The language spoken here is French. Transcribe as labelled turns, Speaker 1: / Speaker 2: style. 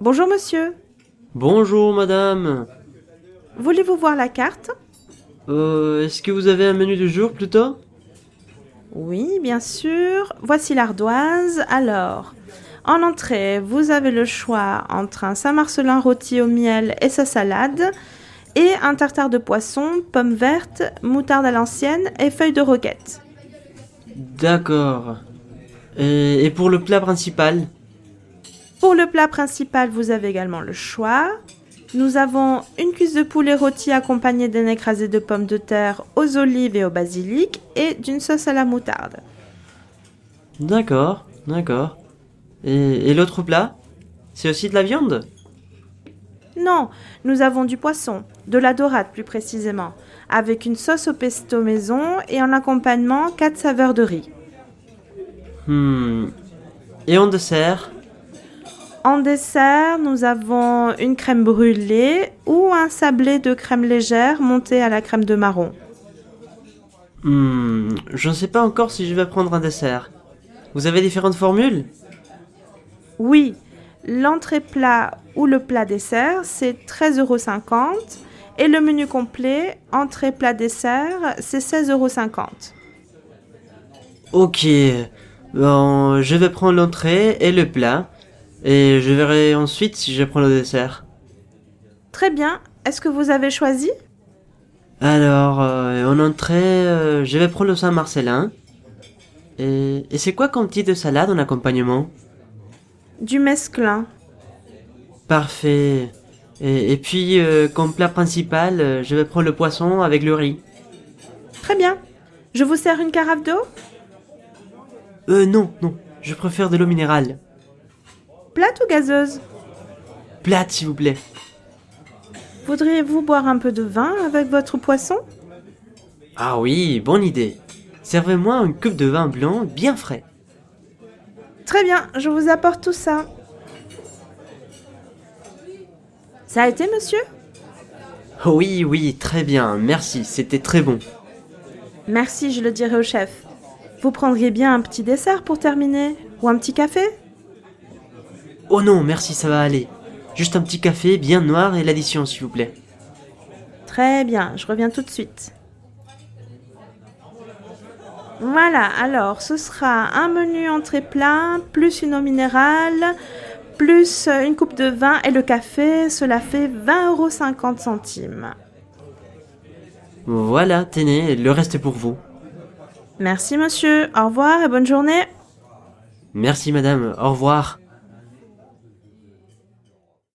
Speaker 1: Bonjour monsieur,
Speaker 2: Bonjour madame.
Speaker 1: voulez-vous voir la carte
Speaker 2: Euh, est-ce que vous avez un menu du jour plutôt
Speaker 1: Oui, bien sûr. Voici l'ardoise. Alors, en entrée, vous avez le choix entre un Saint-Marcelin rôti au miel et sa salade, et un tartare de poisson, pommes vertes, moutarde à l'ancienne et feuilles de roquette.
Speaker 2: D'accord. Et, et pour le plat principal
Speaker 1: Pour le plat principal, vous avez également le choix. Nous avons une cuisse de poulet rôti accompagnée d'un écrasé de pommes de terre aux olives et au basilic et d'une sauce à la moutarde.
Speaker 2: D'accord, d'accord. Et, et l'autre plat C'est aussi de la viande
Speaker 1: Non, nous avons du poisson, de la dorade plus précisément, avec une sauce au pesto maison et en accompagnement quatre saveurs de riz.
Speaker 2: Hmm. Et en dessert
Speaker 1: En dessert, nous avons une crème brûlée ou un sablé de crème légère monté à la crème de marron.
Speaker 2: Hmm. Je ne sais pas encore si je vais prendre un dessert. Vous avez différentes formules
Speaker 1: Oui, l'entrée plat ou le plat dessert, c'est 13,50 euros et le menu complet, entrée plat dessert, c'est 16,50 euros.
Speaker 2: Ok. Bon, je vais prendre l'entrée et le plat. Et je verrai ensuite si je prends le dessert.
Speaker 1: Très bien, est-ce que vous avez choisi
Speaker 2: Alors, euh, en entrée, euh, je vais prendre le Saint-Marcellin. hein. Et, et c'est quoi comme petit de salade en accompagnement
Speaker 1: Du mesclin.
Speaker 2: Parfait. Et, et puis, euh, comme plat principal, euh, je vais prendre le poisson avec le riz.
Speaker 1: Très bien. Je vous sers une carafe d'eau
Speaker 2: Euh, non, non, je préfère de l'eau minérale.
Speaker 1: Plate ou gazeuse
Speaker 2: Plate, s'il vous plaît.
Speaker 1: Voudriez-vous boire un peu de vin avec votre poisson
Speaker 2: Ah oui, bonne idée. Servez-moi une coupe de vin blanc bien frais.
Speaker 1: Très bien, je vous apporte tout ça. Ça a été, monsieur
Speaker 2: Oh oui, oui, très bien, merci, c'était très bon.
Speaker 1: Merci, je le dirai au chef. Vous prendriez bien un petit dessert pour terminer Ou un petit café
Speaker 2: Oh non, merci, ça va aller. Juste un petit café bien noir et l'addition, s'il vous plaît.
Speaker 1: Très bien, je reviens tout de suite. Voilà, alors ce sera un menu entrée plat, plus une eau minérale, plus euh, une coupe de vin et le café, cela fait 20,50€ centimes.
Speaker 2: Voilà, tenez, le reste est pour vous.
Speaker 1: Merci monsieur, au revoir et bonne journée.
Speaker 2: Merci madame, au revoir.